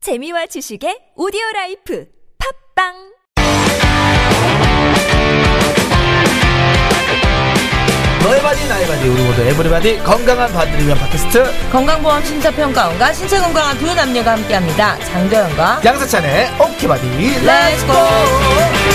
재미와 지식의 오디오 라이프 팝빵 너의 바디 나의 바디 우리 모두 에브리바디 건강한 바디를 위한 팟캐스트 건강보험 심사평가원과 신체건강한 두 남녀가 함께합니다. 장도연과 양세찬의 오케바디 렛츠고!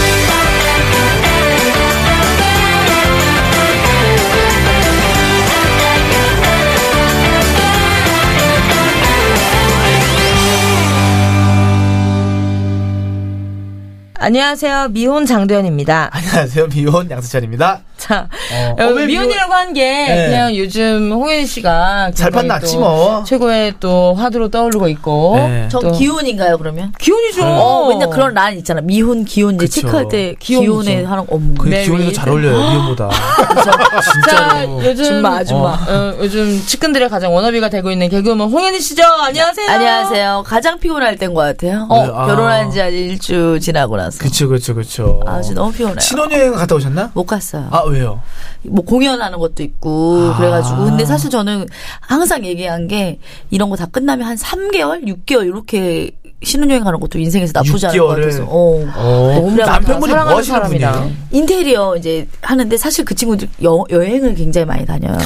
안녕하세요. 미혼 장도연입니다. 안녕하세요 미혼 양세찬입니다 자, 어, 여러분, 왜 미혼- 미혼이라고 한 게 네. 그냥 요즘 홍현 씨가 잘 굉장히 판났지 또 뭐. 최고의 또 화두로 떠오르고 있고 네. 전 또- 기혼인가요 그러면? 기혼이죠. 어, 맨날 그런 란 있잖아. 미혼 기혼 이제 그쵸. 체크할 때 기혼이죠. 기혼에 하는 어머. 그 네, 기온이도 잘 어울려요 미혼보다 자, 진짜로 요즘 어. 아줌마, 아줌마. 어, 요즘 측근들의 가장 워너비가 되고 있는 개그우먼 홍현희 씨죠. 안녕하세요. 안녕하세요. 가장 피곤할 때인 것 같아요. 어. 네, 결혼한 지 한 일주 지나고 나서. 그쵸 그쵸 그쵸 아, 진짜 너무 피곤해요. 신혼여행 갔다 오셨나? 못 갔어요. 아 왜요? 뭐 공연하는 것도 있고 아. 그래가지고 근데 사실 저는 항상 얘기한 게 이런 거 다 끝나면 한 3개월, 6개월 이렇게 신혼여행 가는 것도 인생에서 나쁘지 않은 것 6개월을. 같아서. 어. 어, 그래요. 남편분이 뭐 사랑하는 하시는 사람이다. 분이에요? 인테리어 이제 하는데 사실 그 친구들 여, 여행을 굉장히 많이 다녀요.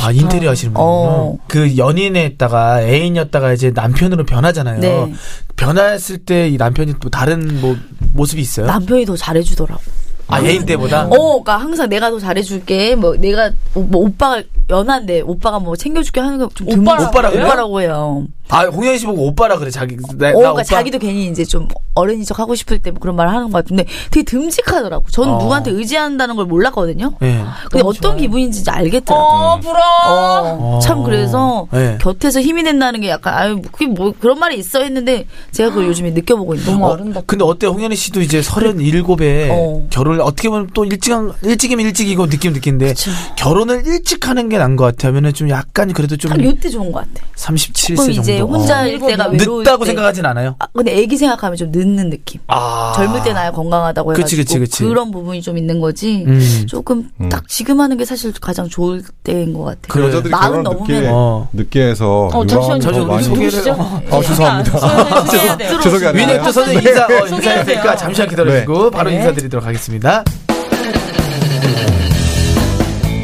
아 인테리어 하시는 분이요. 어. 그 연인했다가 애인이었다가 이제 남편으로 변하잖아요. 네. 변했을 때 이 남편이 또 다른 뭐 모습이 있어요? 남편이 더 잘해주더라고. 아 애인 때보다. 어, 그러니까 항상 내가 더 잘해줄게. 뭐 내가 뭐 오빠가 연한데 오빠가 뭐 챙겨줄게 하는 거좀 오빠라고 해요? 오빠라고 해요. 아 홍현 씨 보고 오빠라 그래 자기 나, 나 어, 그러니까 오빠. 자기도 괜히 이제 좀 어른인 척 하고 싶을 때뭐 그런 말을 하는 것 같은데 되게 듬직하더라고. 저는 어. 누구한테 의지한다는 걸 몰랐거든요. 예. 근데 어떤 기분인지 이제 알겠더라고. 네. 어, 부러워. 어. 어, 참 그래서 네. 곁에서 힘이 된다는 게 약간 아유 그게 뭐 그런 말이 있어 했는데 제가 그걸 요즘에 느껴보고 있는 너무 거. 아름답고. 근데 어때 홍현희 씨도 이제 서른 일곱에 어. 결혼을 어떻게 보면 또 일찍 한- 일찍이면 일찍이고 느낌 느낀데 결혼을 일찍 하는 게 나은 것 같아면 은좀 약간 그래도 좀 어, 딱 그러니까 요때 좋은 것 같아. 37세 그럼 정도 이제 혼자 일 때가 어. 외로울 늦다고 때. 생각하진 않아요. 아, 근데 애기 생각하면 좀 늦는 느낌. 아 젊을 때 나야 건강하다고 해가지고 그치, 그치, 그치. 런 부분이 좀 있는 거지 음. 조금 딱 지금 하는 게 사실 가장 좋을 때인 것 같아요. 그래. 여자들이 마흔 결혼 넘으면 늦게 어. 늦게 해서 어, 잠시만요. 유방암 더 잠시만요. 많이 소개를- 누구시죠? 어, 예, 죄송합니다. 약간 소개해야 돼요. 네. 죄송해요. 위넥도 선생님 인사 어, 네. 인사해야 소개해주세요. 되니까 잠시만 기다려주시고 바로 네. 인사드리도록 하겠습니다.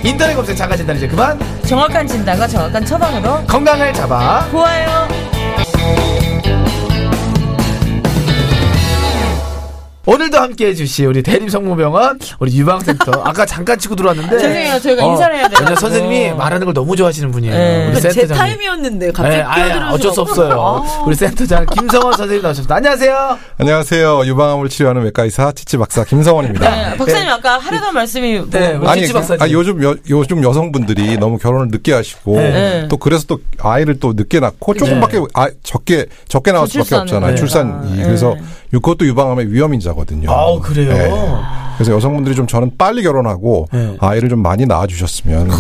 인터넷 검색 작아진다 이제 그만 정확한 진단과 정확한 처방으로 건강을 잡아 좋아요. 오늘도 함께 해주실 우리 대림성모병원 우리 유방센터 아까 잠깐 치고 들어왔는데 죄송해요. 저희가 인사를 해야 돼요. 왜냐면 선생님이 어. 말하는 걸 너무 좋아하시는 분이에요 네. 우리 제 센터장님 타임이었는데 어, 네, 갑자기 아예 끼어들어서 어쩔 수 없어요 아. 우리 센터장 김성원 선생님 나오셨습니다 안녕하세요 안녕하세요. 유방암을 치료하는 외과 의사 치치 박사 김성원입니다. 네, 박사님 아까 하려던 말씀이 뭐- 네, 뭐- 치치 박사님. 아니, 요즘 여, 요즘 여성분들이 너무 결혼을 늦게 하시고 네. 또 그래서 또 아이를 또 늦게 낳고 조금밖에 아, 적게 적게 나올 수밖에 저출산을 없잖아요. 그러니까. 출산이 그래서 유- 그것도 유방암의 위험인자거든요. 네. 아우, 그래요? 그래서 여성분들이 좀 저는 빨리 결혼하고 네. 아이를 좀 많이 낳아 주셨으면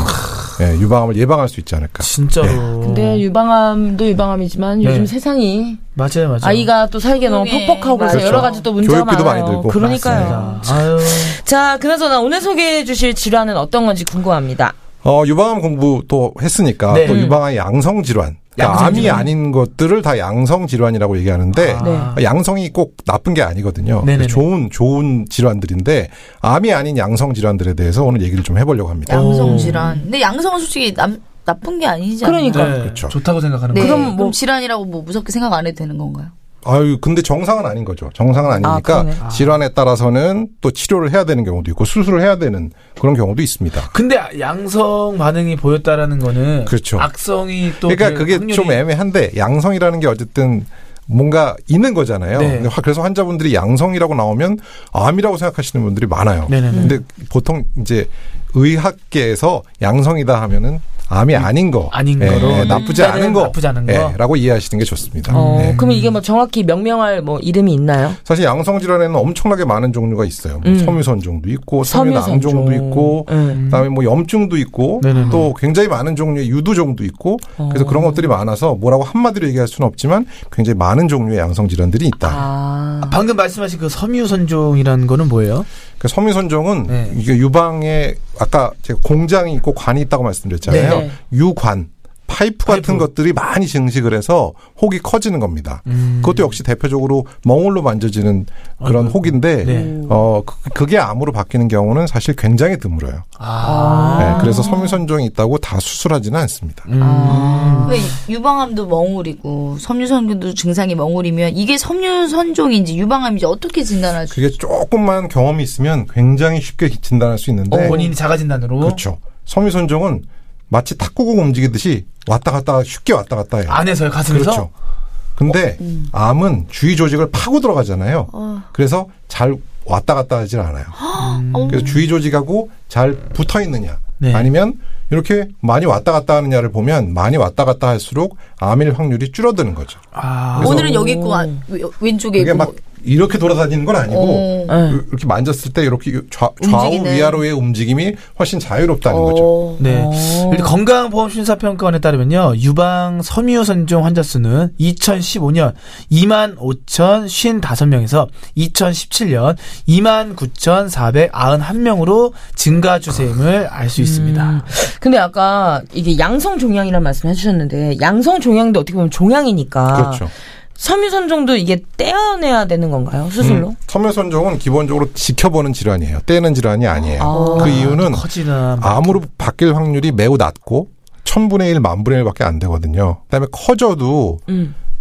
네, 유방암을 예방할 수 있지 않을까. 진짜로 네. 근데 유방암도 유방암이지만 요즘 네. 세상이 맞아요 맞아요 아이가 또 살기에 너무 그러게. 퍽퍽하고 그래서 그렇죠. 여러 가지 또 문제가 교육비도 많이 많아요. 들고. 그러니까요. 맞습니다. 아유 자, 그나저나 오늘 소개해 주실 질환은 어떤 건지 궁금합니다. 어, 유방암 공부 또 했으니까 네. 또 유방암 양성 질환. 그러니까 양성 암이 질환. 아, 네. 아닌 것들을 다 양성 질환이라고 얘기하는데 아, 양성이 꼭 나쁜 게 아니거든요. 네네네. 좋은 좋은 질환들인데 암이 아닌 양성 질환들에 대해서 오늘 얘기를 좀 해보려고 합니다. 양성 질환. 근데 양성은 솔직히 남, 나쁜 게 아니지 않나요? 그러니까. 네, 그렇죠. 좋다고 생각하는 네. 거예요 그럼, 그럼 뭐- 질환이라고 뭐 무섭게 생각 안 해도 되는 건가요? 아유, 근데 정상은 아닌 거죠. 정상은 아니니까 그러네. 질환에 따라서는 또 치료를 해야 되는 경우도 있고 수술을 해야 되는 그런 경우도 있습니다. 근데 양성 반응이 보였다라는 거는 그렇죠. 악성이 또 그러니까 그게 확률이- 좀 애매한데 양성이라는 게 어쨌든 뭔가 있는 거잖아요. 네. 근데 화- 그래서 환자분들이 양성이라고 나오면 암이라고 생각하시는 분들이 많아요. 네네네. 근데 보통 이제 의학계에서 양성이다 하면은 암이 아닌 거, 음, 아닌 예, 거로. 예, 나쁘지 일단은 않은 거, 나쁘지 않은 거. 예, 라고 이해하시는 게 좋습니다. 어, 네. 그럼 이게 뭐 정확히 명명할 뭐 이름이 있나요? 사실 양성 질환에는 엄청나게 많은 종류가 있어요. 뭐 음. 섬유선종도 있고 뭐 섬유낭종도 섬유선종. 있고 음. 그다음에 뭐 염증도 있고 네네네. 어. 또 굉장히 많은 종류의 유두종도 있고 그래서 그런 것들이 많아서 뭐라고 한마디로 얘기할 수는 없지만 굉장히 많은 종류의 양성 질환들이 있다. 아. 방금 말씀하신 그 섬유선종이라는 거는 뭐예요? 그러니까 섬유선종은 네. 이게 유방에 아까 제가 공장이 있고 관이 있다고 말씀드렸잖아요. 네. 유관 파이프 같은 것들이 많이 증식을 해서 혹이 커지는 겁니다. 그것도 역시 대표적으로 멍울로 만져지는 음. 그런 아이고. 혹인데 네. 어 그- 그게 암으로 바뀌는 경우는 사실 굉장히 드물어요. 아. 네, 그래서 섬유선종이 있다고 다 수술하지는 않습니다. 아. 왜 유방암도 멍울이고 섬유선균도 증상이 멍울이면 이게 섬유선종인지 유방암인지 어떻게 진단하죠? 그게 조금만 경험이 있으면 굉장히 쉽게 진단할 수 있는데 네. 어, 본인이 자가진단으로. 어. 그렇죠. 섬유선종은 마치 탁구공 움직이듯이 왔다 갔다 쉽게 왔다 갔다 해요. 안에서요, 가슴에서? 그렇죠. 근데 암은 주위 조직을 파고 음. 들어가잖아요. 그래서 잘 왔다 갔다 하질 않아요. 그래서 주위 조직하고 잘 붙어 있느냐 네. 아니면 이렇게 많이 왔다 갔다 하느냐를 보면 많이 왔다 갔다 할수록 암일 확률이 줄어드는 거죠. 아. 오늘은 여기 있고 아, 왼- 왼쪽에 그게 뭐 있고 막 이렇게 돌아다니는 건 아니고 어. 이- 이렇게 만졌을 때 이렇게 좌, 좌우 움직이네. 위아래의 움직임이 훨씬 자유롭다는 거죠. 어. 네. 일단 건강보험심사평가원에 따르면요, 유방 섬유선종 환자 수는 2015년 2만 5,055명에서 2017년 2만 9,491명으로 증가 추세임을 알 수 있습니다. 근데 아까 이게 양성 종양이라는 말씀 해주셨는데 양성 종양도 어떻게 보면 종양이니까 그렇죠. 섬유선종도 이게 떼어내야 되는 건가요 수술로? 섬유선종은 음. 기본적으로 지켜보는 질환이에요. 떼는 질환이 아니에요. 그 이유는 커지나. 암으로 바뀔 확률이 매우 낮고 1000분의 1, 만분의 1밖에 안 되거든요. 그다음에 커져도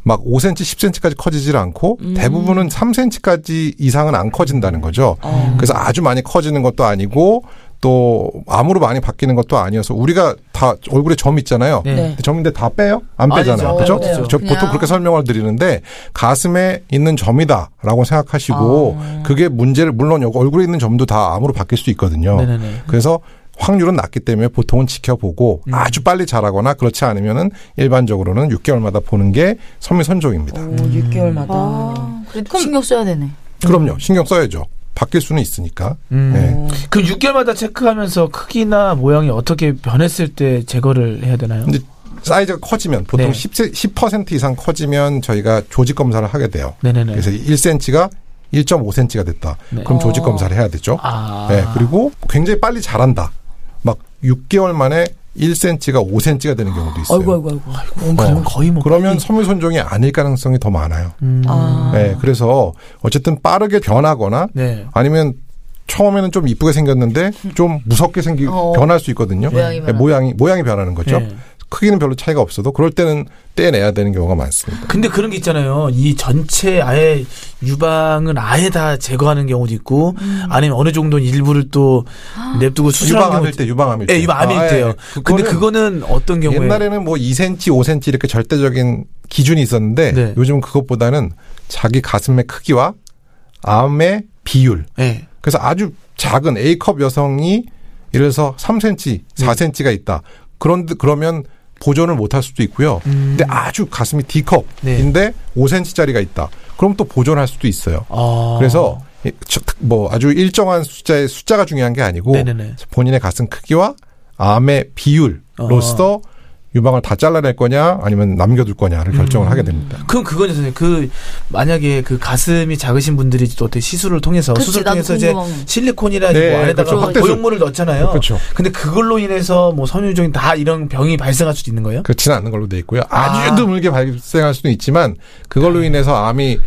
막 5cm, 10cm까지 커지질 않고 대부분은 3cm까지 이상은 안 커진다는 거죠. 그래서 아주 많이 커지는 것도 아니고 또 암으로 많이 바뀌는 것도 아니어서 우리가 다 얼굴에 점 있잖아요. 네. 네. 점인데 다 빼요? 안 아니죠. 빼잖아요. 그죠? 네. 저 그냥. 보통 그렇게 설명을 드리는데 가슴에 있는 점이다라고 생각하시고 그게 문제를 물론 여기 얼굴에 있는 점도 다 암으로 바뀔 수 있거든요. 네네네. 그래서 확률은 낮기 때문에 보통은 지켜보고 아주 빨리 자라거나 그렇지 않으면은 일반적으로는 6개월마다 보는 게 섬유선종입니다. 오, 6개월마다. 아, 그래도 신경 써야 되네. 그럼요. 신경 써야죠. 바뀔 수는 있으니까. 음. 네. 그럼 6개월마다 체크하면서 크기나 모양이 어떻게 변했을 때 제거를 해야 되나요? 근데 사이즈가 커지면 보통 네. 10, 10% 이상 커지면 저희가 조직 검사를 하게 돼요. 네네네. 그래서 1cm가 1.5cm가 됐다. 네. 그럼 조직 검사를 해야 되죠. 아. 네, 그리고 굉장히 빨리 자란다. 막 6개월 만에 1cm가 5cm가 되는 경우도 있어요. 아이고, 아이고, 아이고. 어, 그러면 거의 뭐. 네. 그러면 거의- 섬유선종이 아닐 가능성이 더 많아요. 음. 아. 네, 그래서 어쨌든 빠르게 변하거나 네. 아니면 처음에는 좀 이쁘게 생겼는데 좀 무섭게 생기 어. 변할 수 있거든요. 네, 모양이 변하는 모양이 모양이 변하는 거죠. 네. 크기는 별로 차이가 없어도 그럴 때는 떼내야 되는 경우가 많습니다. 근데 그런 게 있잖아요. 이 전체 아예 유방은 아예 다 제거하는 경우도 있고, 음. 아니면 어느 정도는 일부를 또 아. 냅두고 수술하는 경우도 유방암일 때 유방암일 때. 예, 유방암일 아, 예. 때요. 근데 그거는 어떤 경우에? 옛날에는 뭐 2cm, 5cm 이렇게 절대적인 기준이 있었는데 네. 요즘은 그것보다는 자기 가슴의 크기와 암의 비율. 예. 그래서 아주 작은 A컵 여성이 예를 들어서 3cm, 네. 4cm가 있다. 그런데 그러면 보존을 못할 수도 있고요. 음. 근데 아주 가슴이 D컵인데 5cm짜리가 있다. 그럼 또 보존할 수도 있어요. 네. 아. 그래서 이- 저- 뭐 아주 일정한 숫자의 숫자가 중요한 게 아니고 네네네. 본인의 가슴 크기와 암의 비율로서 어. 유방을 다 잘라낼 거냐 아니면 남겨둘 거냐를 결정을 음. 하게 됩니다. 그럼 그거죠, 선생님. 그, 만약에 그 가슴이 작으신 분들이 또 어떻게 시술을 통해서, 그치, 수술을 나도 통해서 이제 궁금한 거. 실리콘이나 네, 뭐 안에다가 그렇죠. 확대수. 고용물을 넣잖아요. 그렇죠. 근데 그걸로 인해서 뭐 섬유종이 다 이런 병이 발생할 수도 있는 거예요? 그렇지는 않은 걸로 돼 있고요. 아주 아. 네. 드물게 발생할 수는 있지만 그걸로 인해서 암이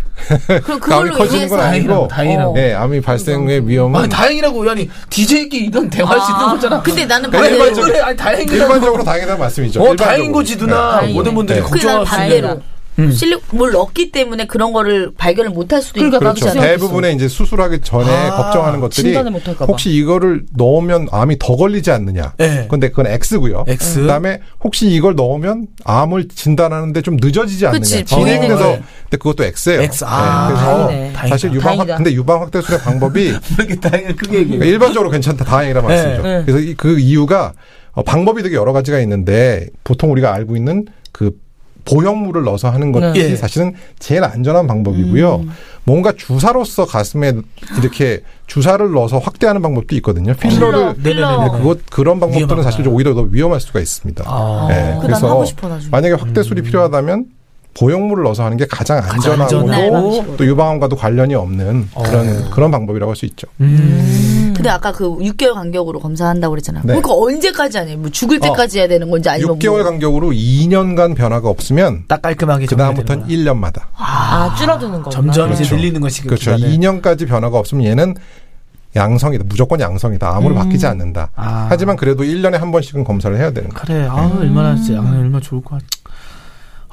그럼 암이 그걸로 커지는 인해서 건 아니고 다행이라고. 예, 암이 발생의 위험은 어. 아니, 다행이라고, 아니, DJ끼리 이런 대화할 수 있는 음. 거잖아. 근데 나는 아니, 그래, 반대로 일반적으로. 그래, 아니, 다행이라고. 일반적으로 다행이라는 말씀이죠. 어, 일반적으로. 다행인 거지, 누나. 네. 모든 분들이 네. 그게 난 걱정하시는. 반대로 실리 뭘 넣었기 때문에 그런 거를 발견을 못할 수도 있고 그러니까 그렇죠. 나도 생각했어. 대부분의 이제 수술하기 전에 아, 걱정하는 것들이 진단을 못할까 봐. 혹시 이거를 넣으면 암이 더 걸리지 않느냐. 네. 근데 그건 X고요. X. 그다음에 혹시 이걸 넣으면 암을 진단하는데 좀 늦어지지 않느냐. 그치, 진행이 비밀 돼서 거예요. 근데 그것도 X예요. X. 아, 그래서 다행이네. 사실 다행이다. 유방 확, 다행이다. 근데 유방 확대술의 방법이 이렇게 다행을 크게 네. 그러니까 얘기해. 일반적으로 괜찮다 다행이라 말씀이죠. 네. 그래서 이- 그 이유가 어, 방법이 되게 여러 가지가 있는데 보통 우리가 알고 있는 그 보형물을 넣어서 하는 것이 네. 사실은 제일 안전한 방법이고요. 뭔가 주사로서 가슴에 이렇게 주사를 넣어서 확대하는 방법도 있거든요. 네. 필러를 필러, 필러. 근데 그것 그런 방법들은 위험하다. 사실 좀 오히려 더 위험할 수가 있습니다. 아. 예, 그거 난 하고 싶어, 나중에. 만약에 확대술이 필요하다면 보형물을 넣어서 하는 게 가장 안전하고 안전하고 또 유방암과도 관련이 없는 그런 그런 방법이라고 할 수 있죠. 음. 근데 근데 아까 그 6개월 간격으로 검사한다고 그랬잖아. 요 네. 어. 그러니까 언제까지 하냐? 뭐 죽을 때까지 해야 되는 건지 아니면 6개월 뭐 간격으로 2년간 변화가 없으면 딱 깔끔하게 그 다음부터는 1년마다. 아, 줄어드는 거구나. 점점 이제 그렇죠. 늘리는 것이 그렇죠. 2년까지 변화가 없으면 얘는 양성이다. 무조건 양성이다. 음. 아무로 바뀌지 않는다. 아. 하지만 그래도 1년에 한 번씩은 검사를 해야 되는 그래. 거예요. 아 얼마나 진짜 아, 얼마나 좋을 것 같아.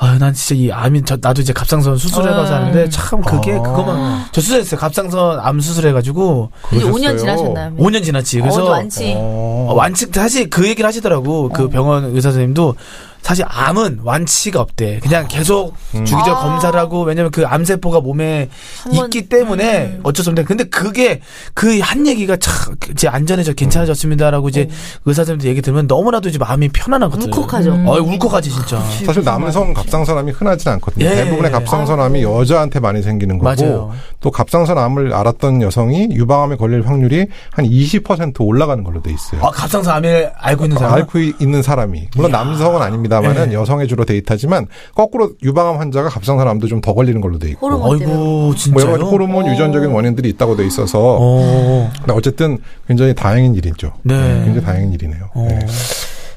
아유, 난 진짜 이 암이 저 나도 이제 갑상선 수술해봐서 하는데 참 그게 아. 그거만 저 수술했어요. 갑상선 암 수술해가지고 이제 5년 그러셨어요? 지나셨나요? 5년 지났지. 그래서 어, 많지. 어. 어, 완치 사실 그 얘기를 하시더라고 그 병원 의사 선생님도 사실 암은 완치가 없대 그냥 계속 음. 주기적 아. 검사를 하고 왜냐면 그 암세포가 몸에 번, 음. 있기 때문에 어쩔 수 없는데 근데 그게 그 한 얘기가 참 이제 안전해져 괜찮아졌습니다라고 이제 의사 선생님도 얘기 들으면 너무나도 이제 마음이 편안하거든 음. 울컥하죠. 어 울컥하지 진짜 음. 사실 남성 갑상선암이 흔하진 않거든요. 예. 대부분의 갑상선암이 아. 여자한테 많이 생기는 거고 맞아요. 또 갑상선암을 앓았던 여성이 유방암에 걸릴 확률이 한 20% 올라가는 걸로 돼 있어요. 아 갑상선 암을 알고 있는 사람 앓고 있는 사람이 물론 남성은 네. 아닙니다만은 여성의 주로 데이터지만 거꾸로 유방암 환자가 갑상선암도 좀 더 걸리는 걸로 돼 있고 호르몬 때문에. 아이고 뭐 진짜요 여러 가지 호르몬 유전적인 원인들이 있다고 돼 있어서 어. 근데 어쨌든 굉장히 다행인 일이죠. 네. 굉장히 다행인 일이네요. 어. 네.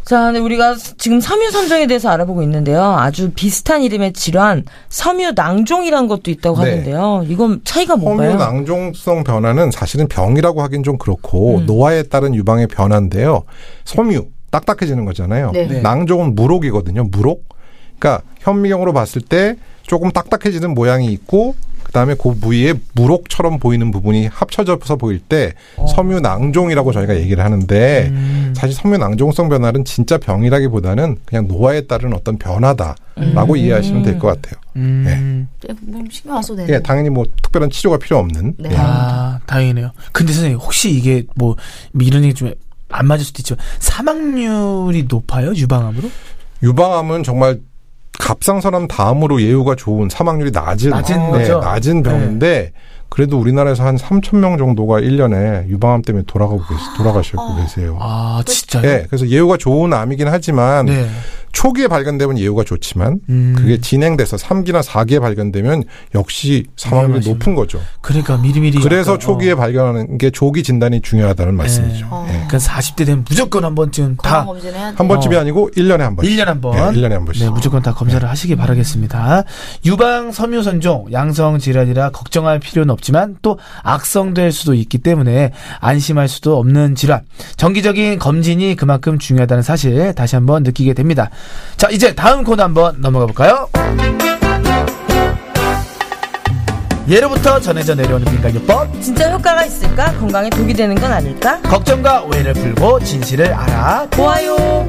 자, 근데 우리가 지금 섬유 선종에 대해서 알아보고 있는데요. 아주 비슷한 이름의 질환, 섬유 낭종이란 것도 있다고 네. 하는데요. 이건 차이가 허뮤 뭔가요? 낭종성 변화는 사실은 병이라고 하긴 좀 그렇고 노화에 따른 유방의 변화인데요. 섬유 딱딱해지는 거잖아요. 네. 네. 낭종은 무록이거든요. 무록. 그러니까 현미경으로 봤을 때 조금 딱딱해지는 모양이 있고 그다음에 그 부위에 무록처럼 보이는 부분이 합쳐져서 보일 때 섬유 낭종이라고 저희가 얘기를 하는데 사실 섬유 낭종성 변화는 진짜 병이라기보다는 그냥 노화에 따른 어떤 변화다라고 이해하시면 될 것 같아요. 음. 네, 뭐 신경 안 써도 되는. 예, 당연히 뭐 특별한 치료가 필요 없는 네. 예. 아, 다행이네요. 근데 선생님, 혹시 이게 뭐, 이런 얘기 좀 안 맞을 수도 있지만, 사망률이 높아요? 유방암으로? 유방암은 정말 갑상선암 다음으로 예후가 좋은 사망률이 낮은 낮은 네, 거죠? 낮은 병인데 그래도 우리나라에서 한 3천 명 정도가 1년에 유방암 때문에 돌아가고 계시, 돌아가시고 계세요. 아, 진짜요? 예, 그래서 예후가 좋은 암이긴 하지만 네. 초기에 발견되면 예후가 좋지만 음. 그게 진행돼서 3기나 4기에 발견되면 역시 사망률이 위험하시네. 높은 거죠. 그러니까 미리미리. 그래서 약간, 초기에 어, 발견하는 게 조기 진단이 중요하다는 말씀이죠. 어. 예. 그러니까 40대 되면 무조건 한 번쯤 다, 건강 검진을 해야 돼. 한 번쯤이 아니고 1년에 한 번. 어. 1년에 한 번. 예, 1년에 한 번씩. 네, 무조건 다 검사를 하시기 바라겠습니다. 유방 섬유선종, 양성 질환이라 걱정할 필요는 없지만 또 악성될 수도 있기 때문에 안심할 수도 없는 질환. 정기적인 검진이 그만큼 중요하다는 사실 다시 한번 느끼게 됩니다. 자, 이제 다음 코너 한번 넘어가 볼까요? 예로부터 전해져 내려오는 민간요법 진짜 효과가 있을까? 건강에 독이 되는 건 아닐까? 걱정과 오해를 풀고 진실을 알아 좋아요.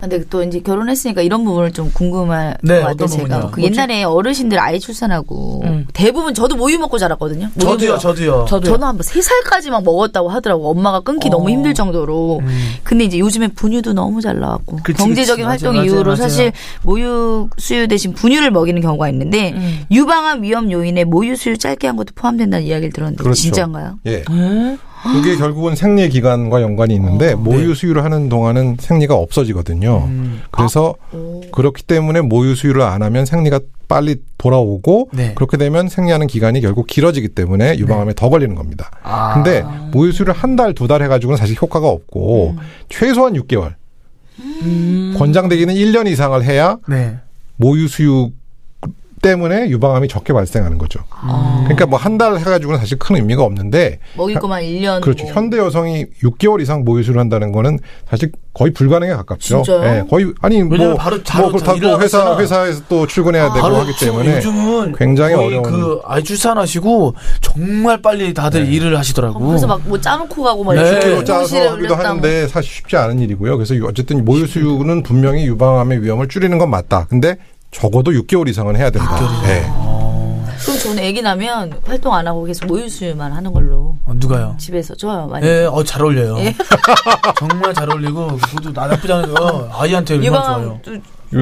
근데 또 이제 결혼했으니까 이런 부분을 좀 궁금할 네, 것 같아요, 어떤 제가. 부분이요? 그 옛날에 어르신들 아이 출산하고 음. 대부분 저도 모유 먹고 자랐거든요. 저도요 저도요 네. 저도요. 저는 한번 세살까지막 먹었다고 하더라고. 엄마가 어. 끊기 너무 힘들 정도로. 음. 근데 이제 요즘에 분유도 너무 잘 나왔고. 그치, 경제적인 그치. 활동 맞아요, 이후로 맞아요, 사실 모유 수유 대신 분유를 먹이는 경우가 있는데 음. 유방암 위험 요인에 모유 수유 짧게 한 것도 포함된다는 이야기를 들었는데 그렇죠. 진짜인가요? 예. 그게 결국은 생리 기간과 연관이 있는데 모유 수유를 하는 동안은 생리가 없어지거든요. 그래서 그렇기 때문에 모유 수유를 안 하면 생리가 빨리 돌아오고 네. 그렇게 되면 생리하는 기간이 결국 길어지기 때문에 유방암에 더 걸리는 겁니다. 근데 모유 수유를 한 달, 두 달 해가지고는 사실 효과가 없고 최소한 6개월. 권장되기는 1년 이상을 해야 네 모유 수유 때문에 유방암이 적게 발생하는 거죠. 그러니까 뭐 한 달 해가지고는 사실 큰 의미가 없는데 먹이고만 1년. 그렇죠. 뭐. 현대 여성이 6개월 이상 모유수를 한다는 거는 사실 거의 불가능에 가깝죠. 진짜요? 예, 거의 아니 뭐, 왜냐면 바로 자러 뭐 그렇다고 일어나서 회사 하잖아. 회사에서 또 출근해야 되고 네, 뭐 하기 지금 때문에 요즘은 굉장히 거의 어려운 그 아이 출산하시고 정말 빨리 다들 네. 일을 하시더라고. 그래서 막 뭐 짜놓고 가고 막 네. 이렇게 로 교실에 짜서 하기도 올렸다. 뭐. 하는데 사실 쉽지 않은 일이고요. 그래서 유- 어쨌든 모유수유는 분명히 유방암의 위험을 줄이는 건 맞다. 근데 적어도 6개월 이상은 해야 된다. 예. 그럼 저는 애기 나면 활동 안 하고 계속 모유 수유만 하는 걸로. 어, 누가요? 집에서 좋아요. 많이. 네. 예, 어, 잘 어울려요. 정말 잘 어울리고, 그것도 나 나쁘지 않아요. 아이한테 얼마나 좋아요. 유방암 또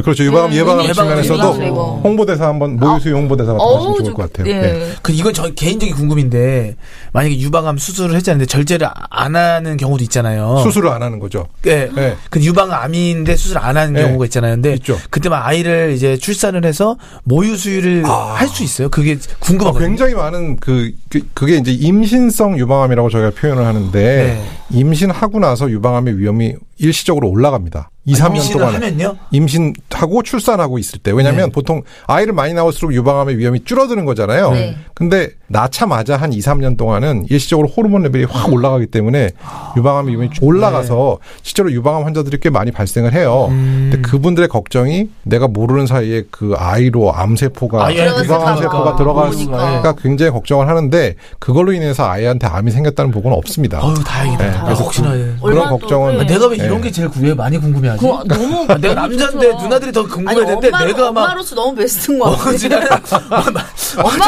그렇죠. 유방, 예방하는 예방을 측면에서도 예방되고. 홍보대사 한번, 모유수유 홍보대사 같은 거 하시면 좋을 것 같아요. 예. 네. 그 이건 저 개인적인 궁금인데 만약에 유방암 수술을 했잖아요. 절제를 안 하는 경우도 있잖아요. 수술을 안 하는 거죠. 예. 예. 그 유방암인데 수술 안 하는 네. 경우가 있잖아요. 근데 있죠. 그때만 아이를 이제 출산을 해서 모유 수유를 아. 할 수 있어요. 그게 궁금하거든요. 굉장히 많은 그, 그- 그게 이제 임신성 유방암이라고 저희가 표현을 하는데 네. 임신하고 나서 유방암의 위험이 일시적으로 올라갑니다. 2, 3년 임신을 동안 하면요? 임신하고 출산하고 있을 때 왜냐하면 네. 보통 아이를 많이 낳을수록 유방암의 위험이 줄어드는 거잖아요. 네. 근데 낳자마자 한 2, 3년 동안은 일시적으로 호르몬 레벨이 확 올라가기 때문에 유방암의 위험이 올라가서 실제로 유방암 환자들이 꽤 많이 발생을 해요. 근데 그분들의 걱정이 내가 모르는 사이에 그 아이로 암세포가 아, 예, 유방암 들어갔을까 세포가 봐. 들어가니까 굉장히 걱정을 하는데 그걸로 인해서 아이한테 암이 생겼다는 보고는 없습니다. 어유 다행이다. 네, 아, 그래서 혹시나 예. 그런 걱정은 아, 내가 왜 이런 네. 게 제일 궁금해 많이 궁금해하지? 어, 어, 그 너무 아, 내가 남자인데 누나들이 더 아니 궁금해했는데 엄마로, 내가 막 엄마로서 너무 베스트인 것 어, 같아. 지금 엄마가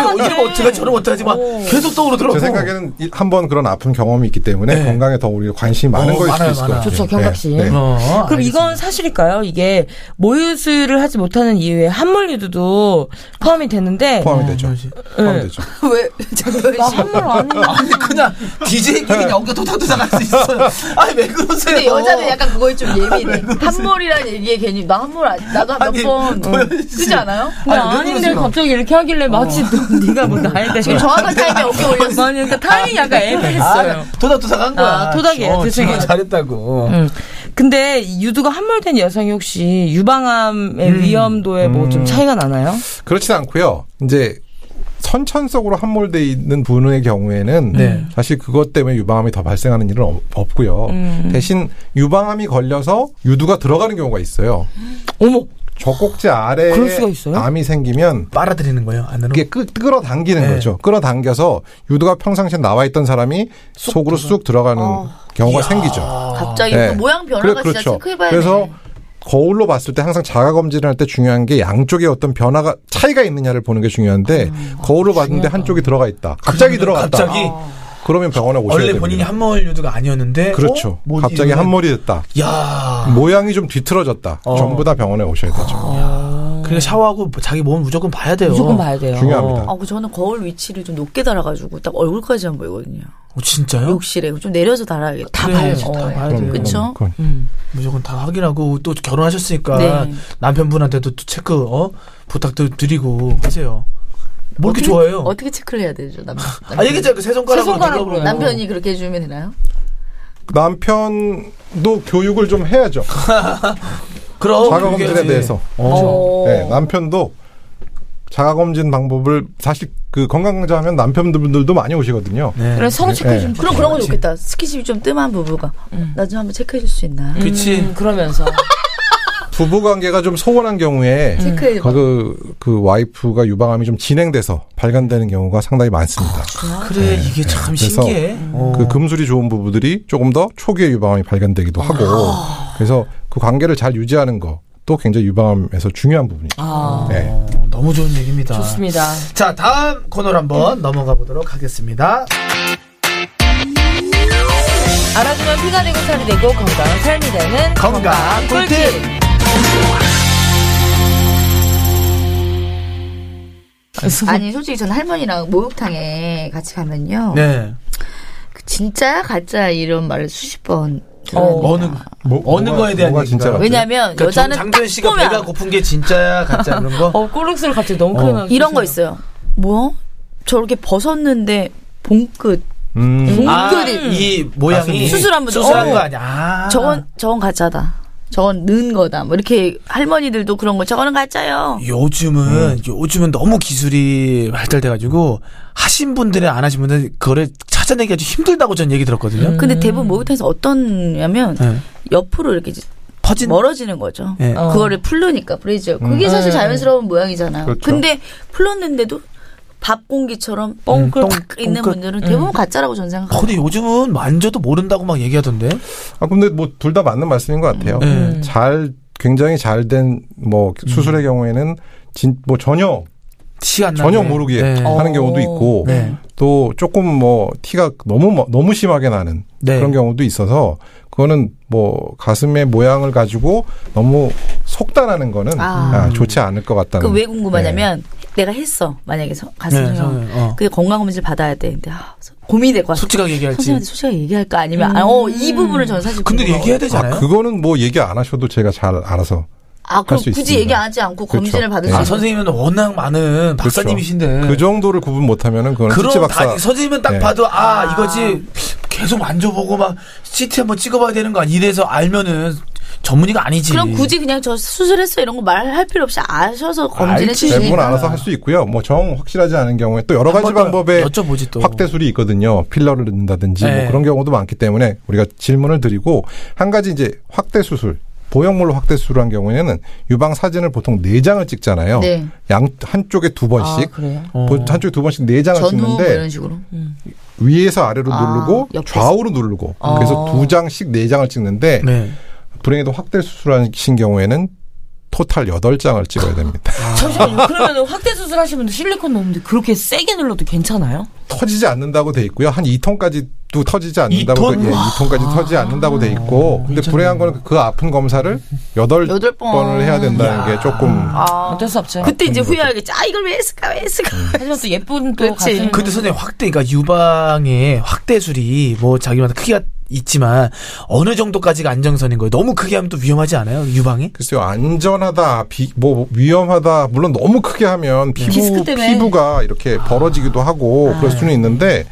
엄마가 이러면 어떡하지 저러면 어떡하지 막 계속 떠오르더라고. 제 생각에는 이- 한번 그런 아픈 경험이 있기 때문에 어. 네. 건강에 더 우리가 관심이 많은 어, 거일 수도 많아요, 있을 것 많아요. 같아요. 네. 좋죠, 경각 씨. 어, 그럼 이건 사실일까요? 이게 모유 수유를 하지 못하는 이유에 한물 유도도 포함이 되는데 포함이 되죠. 포함이 네. 되죠. 왜 잠깐 나 한물 안 아니 그냥 DJ끼리 연기 도닥도닥 할수 있어요. 아니 왜 그러세요? 근데 여자는 약간 그거에 좀 예민해. 한몰이라는 얘기에 괜히 나 한몰 아- 나도 아니, 몇번 도현 씨. 쓰지 않아요? 아니, 왜 아닌데 그러세요? 갑자기 이렇게 하길래 마치 너 네가 뭐 나에 대해 지금 정확한 타이밍에 어깨 올렸어. 아니 그러니까 타이밍 약간 애매했어요. 아, 도닥도닥 한 거야. 아, 도닥이에요. 어, 지금 죄송해요. 잘했다고. 음. 근데 이 유두가 함몰된 여성이 혹시 유방암의 위험도에 뭐 좀 차이가 나나요? 그렇진 않고요. 이제 선천적으로 함몰돼 있는 분의 경우에는 네. 사실 그것 때문에 유방암이 더 발생하는 일은 없- 없고요. 대신 유방암이 걸려서 유두가 들어가는 경우가 있어요. 어머, 젖꼭지 아래에 그럴 수가 있어요? 암이 생기면 빨아들이는 거예요 안으로. 이게 끄, 끌어당기는 네. 거죠. 끌어당겨서 유두가 평상시에 나와 있던 사람이 속으로 쑥 들어가는 경우가 생기죠. 갑자기 네. 그 모양 변화가 그래, 그렇죠. 진짜 체크해봐야 그래서 돼. 거울로 봤을 때 항상 자가 검진을 할 때 중요한 게 양쪽에 어떤 변화가 차이가 있느냐를 보는 게 중요한데 거울로 봤는데 한쪽이 들어가 있다. 갑자기 들어갔다. 음, 갑자기 그러면 병원에 오셔야 원래 됩니다. 본인이 한몰 유두가 아니었는데 그렇죠. 어? 뭐 갑자기 이러면- 한몰이 됐다. 야. 모양이 좀 뒤틀어졌다. 아. 어. 전부 다 병원에 오셔야 되죠. 그러니까 샤워하고 자기 몸을 무조건 봐야 돼요. 무조건 봐야 돼요. 중요합니다. 아, 그 저는 거울 위치를 좀 높게 달아가지고 딱 얼굴까지만 보이거든요. 어, 진짜요? 욕실에 좀 내려서 달아야겠다. 다 그래, 봐야죠. 다 어. 봐야 돼요. 그건- 그쵸? 그건 무조건 다 확인하고 또 결혼하셨으니까 네. 남편분한테도 또 체크 어 부탁도 드리고 하세요. 뭐 이렇게 어떻게- 좋아해요? 어떻게 체크를 해야 되죠, 남편? 아 얘기했잖아요. 그세 세 손가락으로 손가락으로요. 눌러보라고. 남편이 그렇게 해주면 되나요? 남편도 교육을 좀 해야죠. 그럼 자가 검진에 얘기하지. 대해서. 어. 네, 남편도 자가 검진 방법을 사실 그 건강 강좌 하면 남편분들도 많이 오시거든요. 네. 그래 성우 체크 좀. 네. 그럼 그런 거 그렇지. 음. 좋겠다. 스킨십이 좀 뜸한 부부가 나 좀 한번 체크해 줄 수 있나? 그치. 음, 그러면서 부부 관계가 좀 소원한 경우에 체크해 봐. 그, 그 와이프가 유방암이 좀 진행돼서 발견되는 경우가 상당히 많습니다. 그래 이게 참 네. 그래서 신기해. 어. 그 금술이 좋은 부부들이 조금 더 초기에 유방암이 발견되기도 하고 그래서 그 관계를 잘 유지하는 것도 굉장히 유방암에서 중요한 부분이죠. 아, 네. 어, 너무 좋은 얘기입니다. 좋습니다. 자 다음 코너로 한번 넘어가 보도록 하겠습니다. 알아주면 피가 되고 살이 되고 건강한 삶이 되는 건강 꿀팁. 아니 솔직히 전 할머니랑 목욕탕에 같이 가면요. 네. 그 진짜야 가짜야 이런 말을 수십 번 들어요. 어, 아, 느 어느 거에 대한 얘기인가요? 뭐가 진짜 맞죠? 왜냐면 그러니까 여자는 장도연 딱 씨가 보면 배가 고픈 게 진짜야 가짜 그런 거. 어, 꼬륵스를 갑자기 너무 어. 크게 나 이런 거 있어요. 뭐 저렇게 벗었는데 봉끝 음, 어, 봉끝이 아, 이 모양이 수술한 분들. 수술한 어. 거 아니야. 아. 저건 저건 가짜다. 저건 는 거다. 뭐 이렇게 할머니들도 그런 거 저거는 가짜요. 음. 요즘은 요즘은 너무 기술이 발달돼가지고 하신 분들은 안 하신 분들 그거를 찾아내기 아주 힘들다고 전 얘기 들었거든요. 근데 대부분 목욕탕에서 어떠냐면 네. 옆으로 이렇게 이제 퍼진 멀어지는 거죠. 예. 어. 그거를 풀르니까 브레이즈가 음. 그게 예. 사실 자연스러운 모양이잖아요. 그렇죠. 근데 풀렀는데도 밥 공기처럼 음, 뻥끗 똥- 탁 있는 똥끗. 분들은 음. 대부분 가짜라고 저는 생각합니다. 근데 요즘은 만져도 모른다고 막 얘기하던데. 아 근데 뭐 둘 다 맞는 말씀인 것 같아요. 네. 음. 잘 굉장히 잘 된 뭐 수술의 경우에는 진 뭐 전혀 티안 나. 전혀 모르게 하는 어. 경우도 있고 네. 또 조금 뭐 티가 너무 뭐- 너무 심하게 나는 네. 그런 경우도 있어서 그거는 뭐 가슴의 모양을 가지고 너무 속단하는 거는 아. 아, 좋지 않을 것 같다는. 아, 그 왜 궁금하냐면 내가 했어 만약에 서- 가슴 네, 성형 성형, 어. 그게 건강검진을 받아야 돼 근데 아, 서- 고민이 될 거야 솔직하게 얘기할지. 음. 선생님한테 솔직하게 얘기할까 아니면 아, 어이 부분을 저는 사실 근데 궁금하거든요. 얘기해야 네. 아, 되잖아요. 그거는 뭐 얘기 안 하셔도 제가 잘 알아서 아 그럼 할수 굳이 있습니다. 얘기하지 않고 그렇죠. 검진을 받을 네. 수 아, 있는 선생님은 워낙 많은 박사님이신데. 그 정도를 구분 못하면은 그건 실제 그럼 박사. 다 선생님은 딱 네. 봐도 아 이거지 계속 만져보고 막 CT 한번 찍어봐야 되는 거 아니 이래서 알면은 전문의가 아니지. 그럼 굳이 그냥 저 수술했어 이런 거 말할 필요 없이 아셔서 검진해 알지. 주시니까 대부분 알아서 할 수 있고요. 뭐 정 확실하지 않은 경우에 또 여러 가지 네. 한번더 방법의 여쭤보지 또. 확대술이 있거든요. 필러를 넣는다든지 네. 뭐 그런 경우도 많기 때문에 우리가 질문을 드리고 한 가지 이제 확대 수술 보형물로 확대 수술한 을 경우에는 유방 사진을 보통 네 장을 찍잖아요. 네. 양 한쪽에 두 아, 번씩 그래요? 어. 보- 한쪽에 두 번씩 네 장을 전후 뭐 찍는데 이런 식으로 위에서 아래로 아, 누르고 옆에서. 아. 좌우로 누르고 어. 그래서 두 장씩 네 장을 찍는데 네. 불행히도 확대 수술하신 경우에는 토탈 여덟 장을 찍어야 됩니다. 잠시만요. 그러면 확대 수술하시면 실리콘 넣는데 그렇게 세게 눌러도 괜찮아요? 터지지 않는다고 돼 있고요. 한 2톤까지도 터지지 않는다고 이 톤? 예, 2톤까지 터지지 않는다고 돼 있고. 근데 괜찮네요. 불행한 거는 그 아픈 검사를 여덟 여덟 번. 번을 해야 된다는 게 조금 아 어쩔 수 없죠. 그때 이제 후회하겠지 아 이걸 왜 했을까 왜 했을까 음. 하지만 또 예쁜 또 그렇지. 가슴. 근데 선생님 확대 그러니까 유방의 확대술이 뭐 자기마다 크기가 있지만 어느 정도까지가 안정선인 거예요. 너무 크게 하면 또 위험하지 않아요? 유방에? 글쎄요 안전하다 비, 뭐 위험하다 물론 너무 크게 하면 디스크 피부 때문에. 피부가 이렇게 아. 벌어지기도 하고 그럴 수는 있는데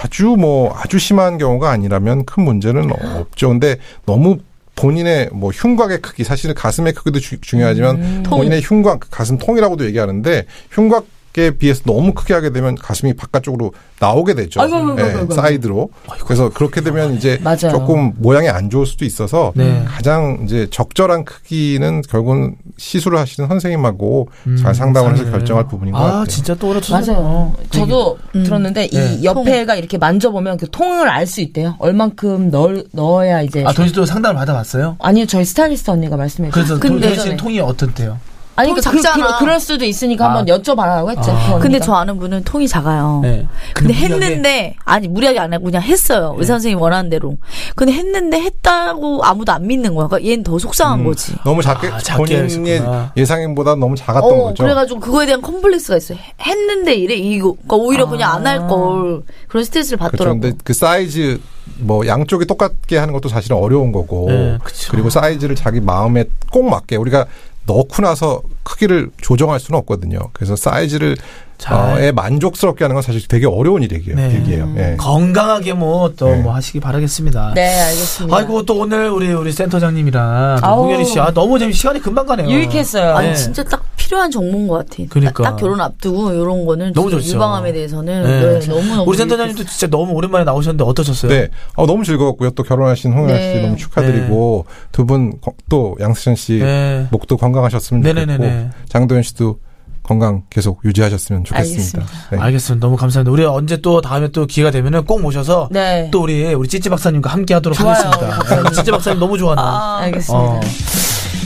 아주 뭐 아주 심한 경우가 아니라면 큰 문제는 없죠 근데 너무 본인의 뭐 흉곽의 크기 사실은 가슴의 크기도 주- 중요하지만 음. 본인의 흉곽 가슴 통이라고도 얘기하는데 흉곽에 비해서 너무 크게 하게 되면 가슴이 바깥쪽으로 나오게 되죠. 아이고, 아이고, 예, 아이고, 아이고. 사이드로. 그래서 그렇게 되면 이제 맞아요. 조금 모양이 안 좋을 수도 있어서 네. 가장 이제 적절한 크기는 결국은 시술을 하시는 선생님하고 잘 상담을 해서 상의를. 결정할 부분인 것 음, 아 같아요. 진짜 또 그렇죠. 맞아요. 저도 들었는데 네. 이 옆에가 이렇게 만져보면 그 통을 알 수 있대요. 얼만큼 넣 넣어야 이제 아 도시도 상담을 받아봤어요. 아니요 저희 스타일리스트 언니가 말씀해 그래서 주셨어요. 근데 도시 씨는 통이 어떻대요? 아니 통이 그, 그, 작잖아. 그, 럴 수도 있으니까 아. 한번 여쭤봐라고 했죠. 그 언니가. 음. 근데 저 아는 분은 통이 작아요 네. 어. 근데 무리하게- 네. 했는데 아니 무리하게 안 하고 그냥 했어요 의사 선생님 원하는 대로 근데 했는데 했다고 아무도 안 믿는 거야 그러니까 얘는 더 음. 속상한 거지 너무 작게, 아, 작게 본인의 하셨구나. 예상보다 너무 작았던 어, 거죠. 그래가지고 그거에 대한 컴플렉스가 있어요. 했는데 이래 이거 그러니까 오히려 그냥 안 아. 할 걸 그런 스트레스를 그렇죠. 받더라고. 근데 요 그 사이즈 뭐 양쪽이 똑같게 하는 것도 사실은 어려운 거고 네, 그쵸. 그리고 사이즈를 자기 마음에 꼭 맞게 우리가 넣고 나서 크기를 조정할 수는 없거든요. 그래서 사이즈를 잘. 어에 만족스럽게 하는 건 사실 되게 어려운 일이에요. 네. 일이에요. 예. 건강하게 뭐 또 뭐 네. 하시기 바라겠습니다. 네 알겠습니다. 아이고 또 오늘 우리 우리 센터장님이랑 아우. 홍현희 씨 아 너무 재미 시간이 금방 가네요. 유익했어요. 아니 네. 진짜 딱 필요한 정보인 것 같아. 그러니까. 딱, 딱 결혼 앞두고 이런 거는 너무 진짜 좋죠. 유방암에 대해서는 네. 너무 너무 우리 센터장님도 진짜 너무 오랜만에 나오셨는데 어떠셨어요? 네. 어, 너무 즐거웠고요. 또 결혼하신 홍현 네. 씨 너무 축하드리고 두 분 또 양수찬 씨 네. 목도 건강하셨으면 좋겠고 네네네네. 장도현 씨도 건강 계속 유지하셨으면 좋겠습니다. 네. 알겠습니다. 너무 감사합니다. 우리 언제 또 다음에 또 기회가 되면은 꼭 모셔서 네. 또 우리 우리 찌찌 박사님과 함께 하도록 좋아요. 하겠습니다. 네, 박사님. 찌찌 박사님 너무 좋아하는. 아, 알겠습니다. 어.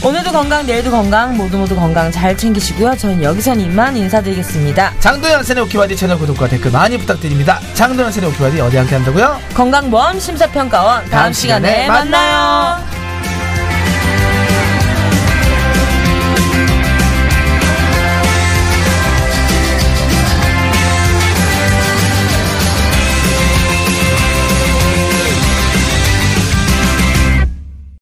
오늘도 건강, 내일도 건강, 모두 모두 건강 잘 챙기시고요. 저는 여기선 이만 인사드리겠습니다. 장도연 세네 오키바디 채널 구독과 댓글 많이 부탁드립니다. 장도연 세네 오키바디 어디 함께 한다고요? 건강보험 심사평가원 다음, 다음 시간에 시간에 만나요.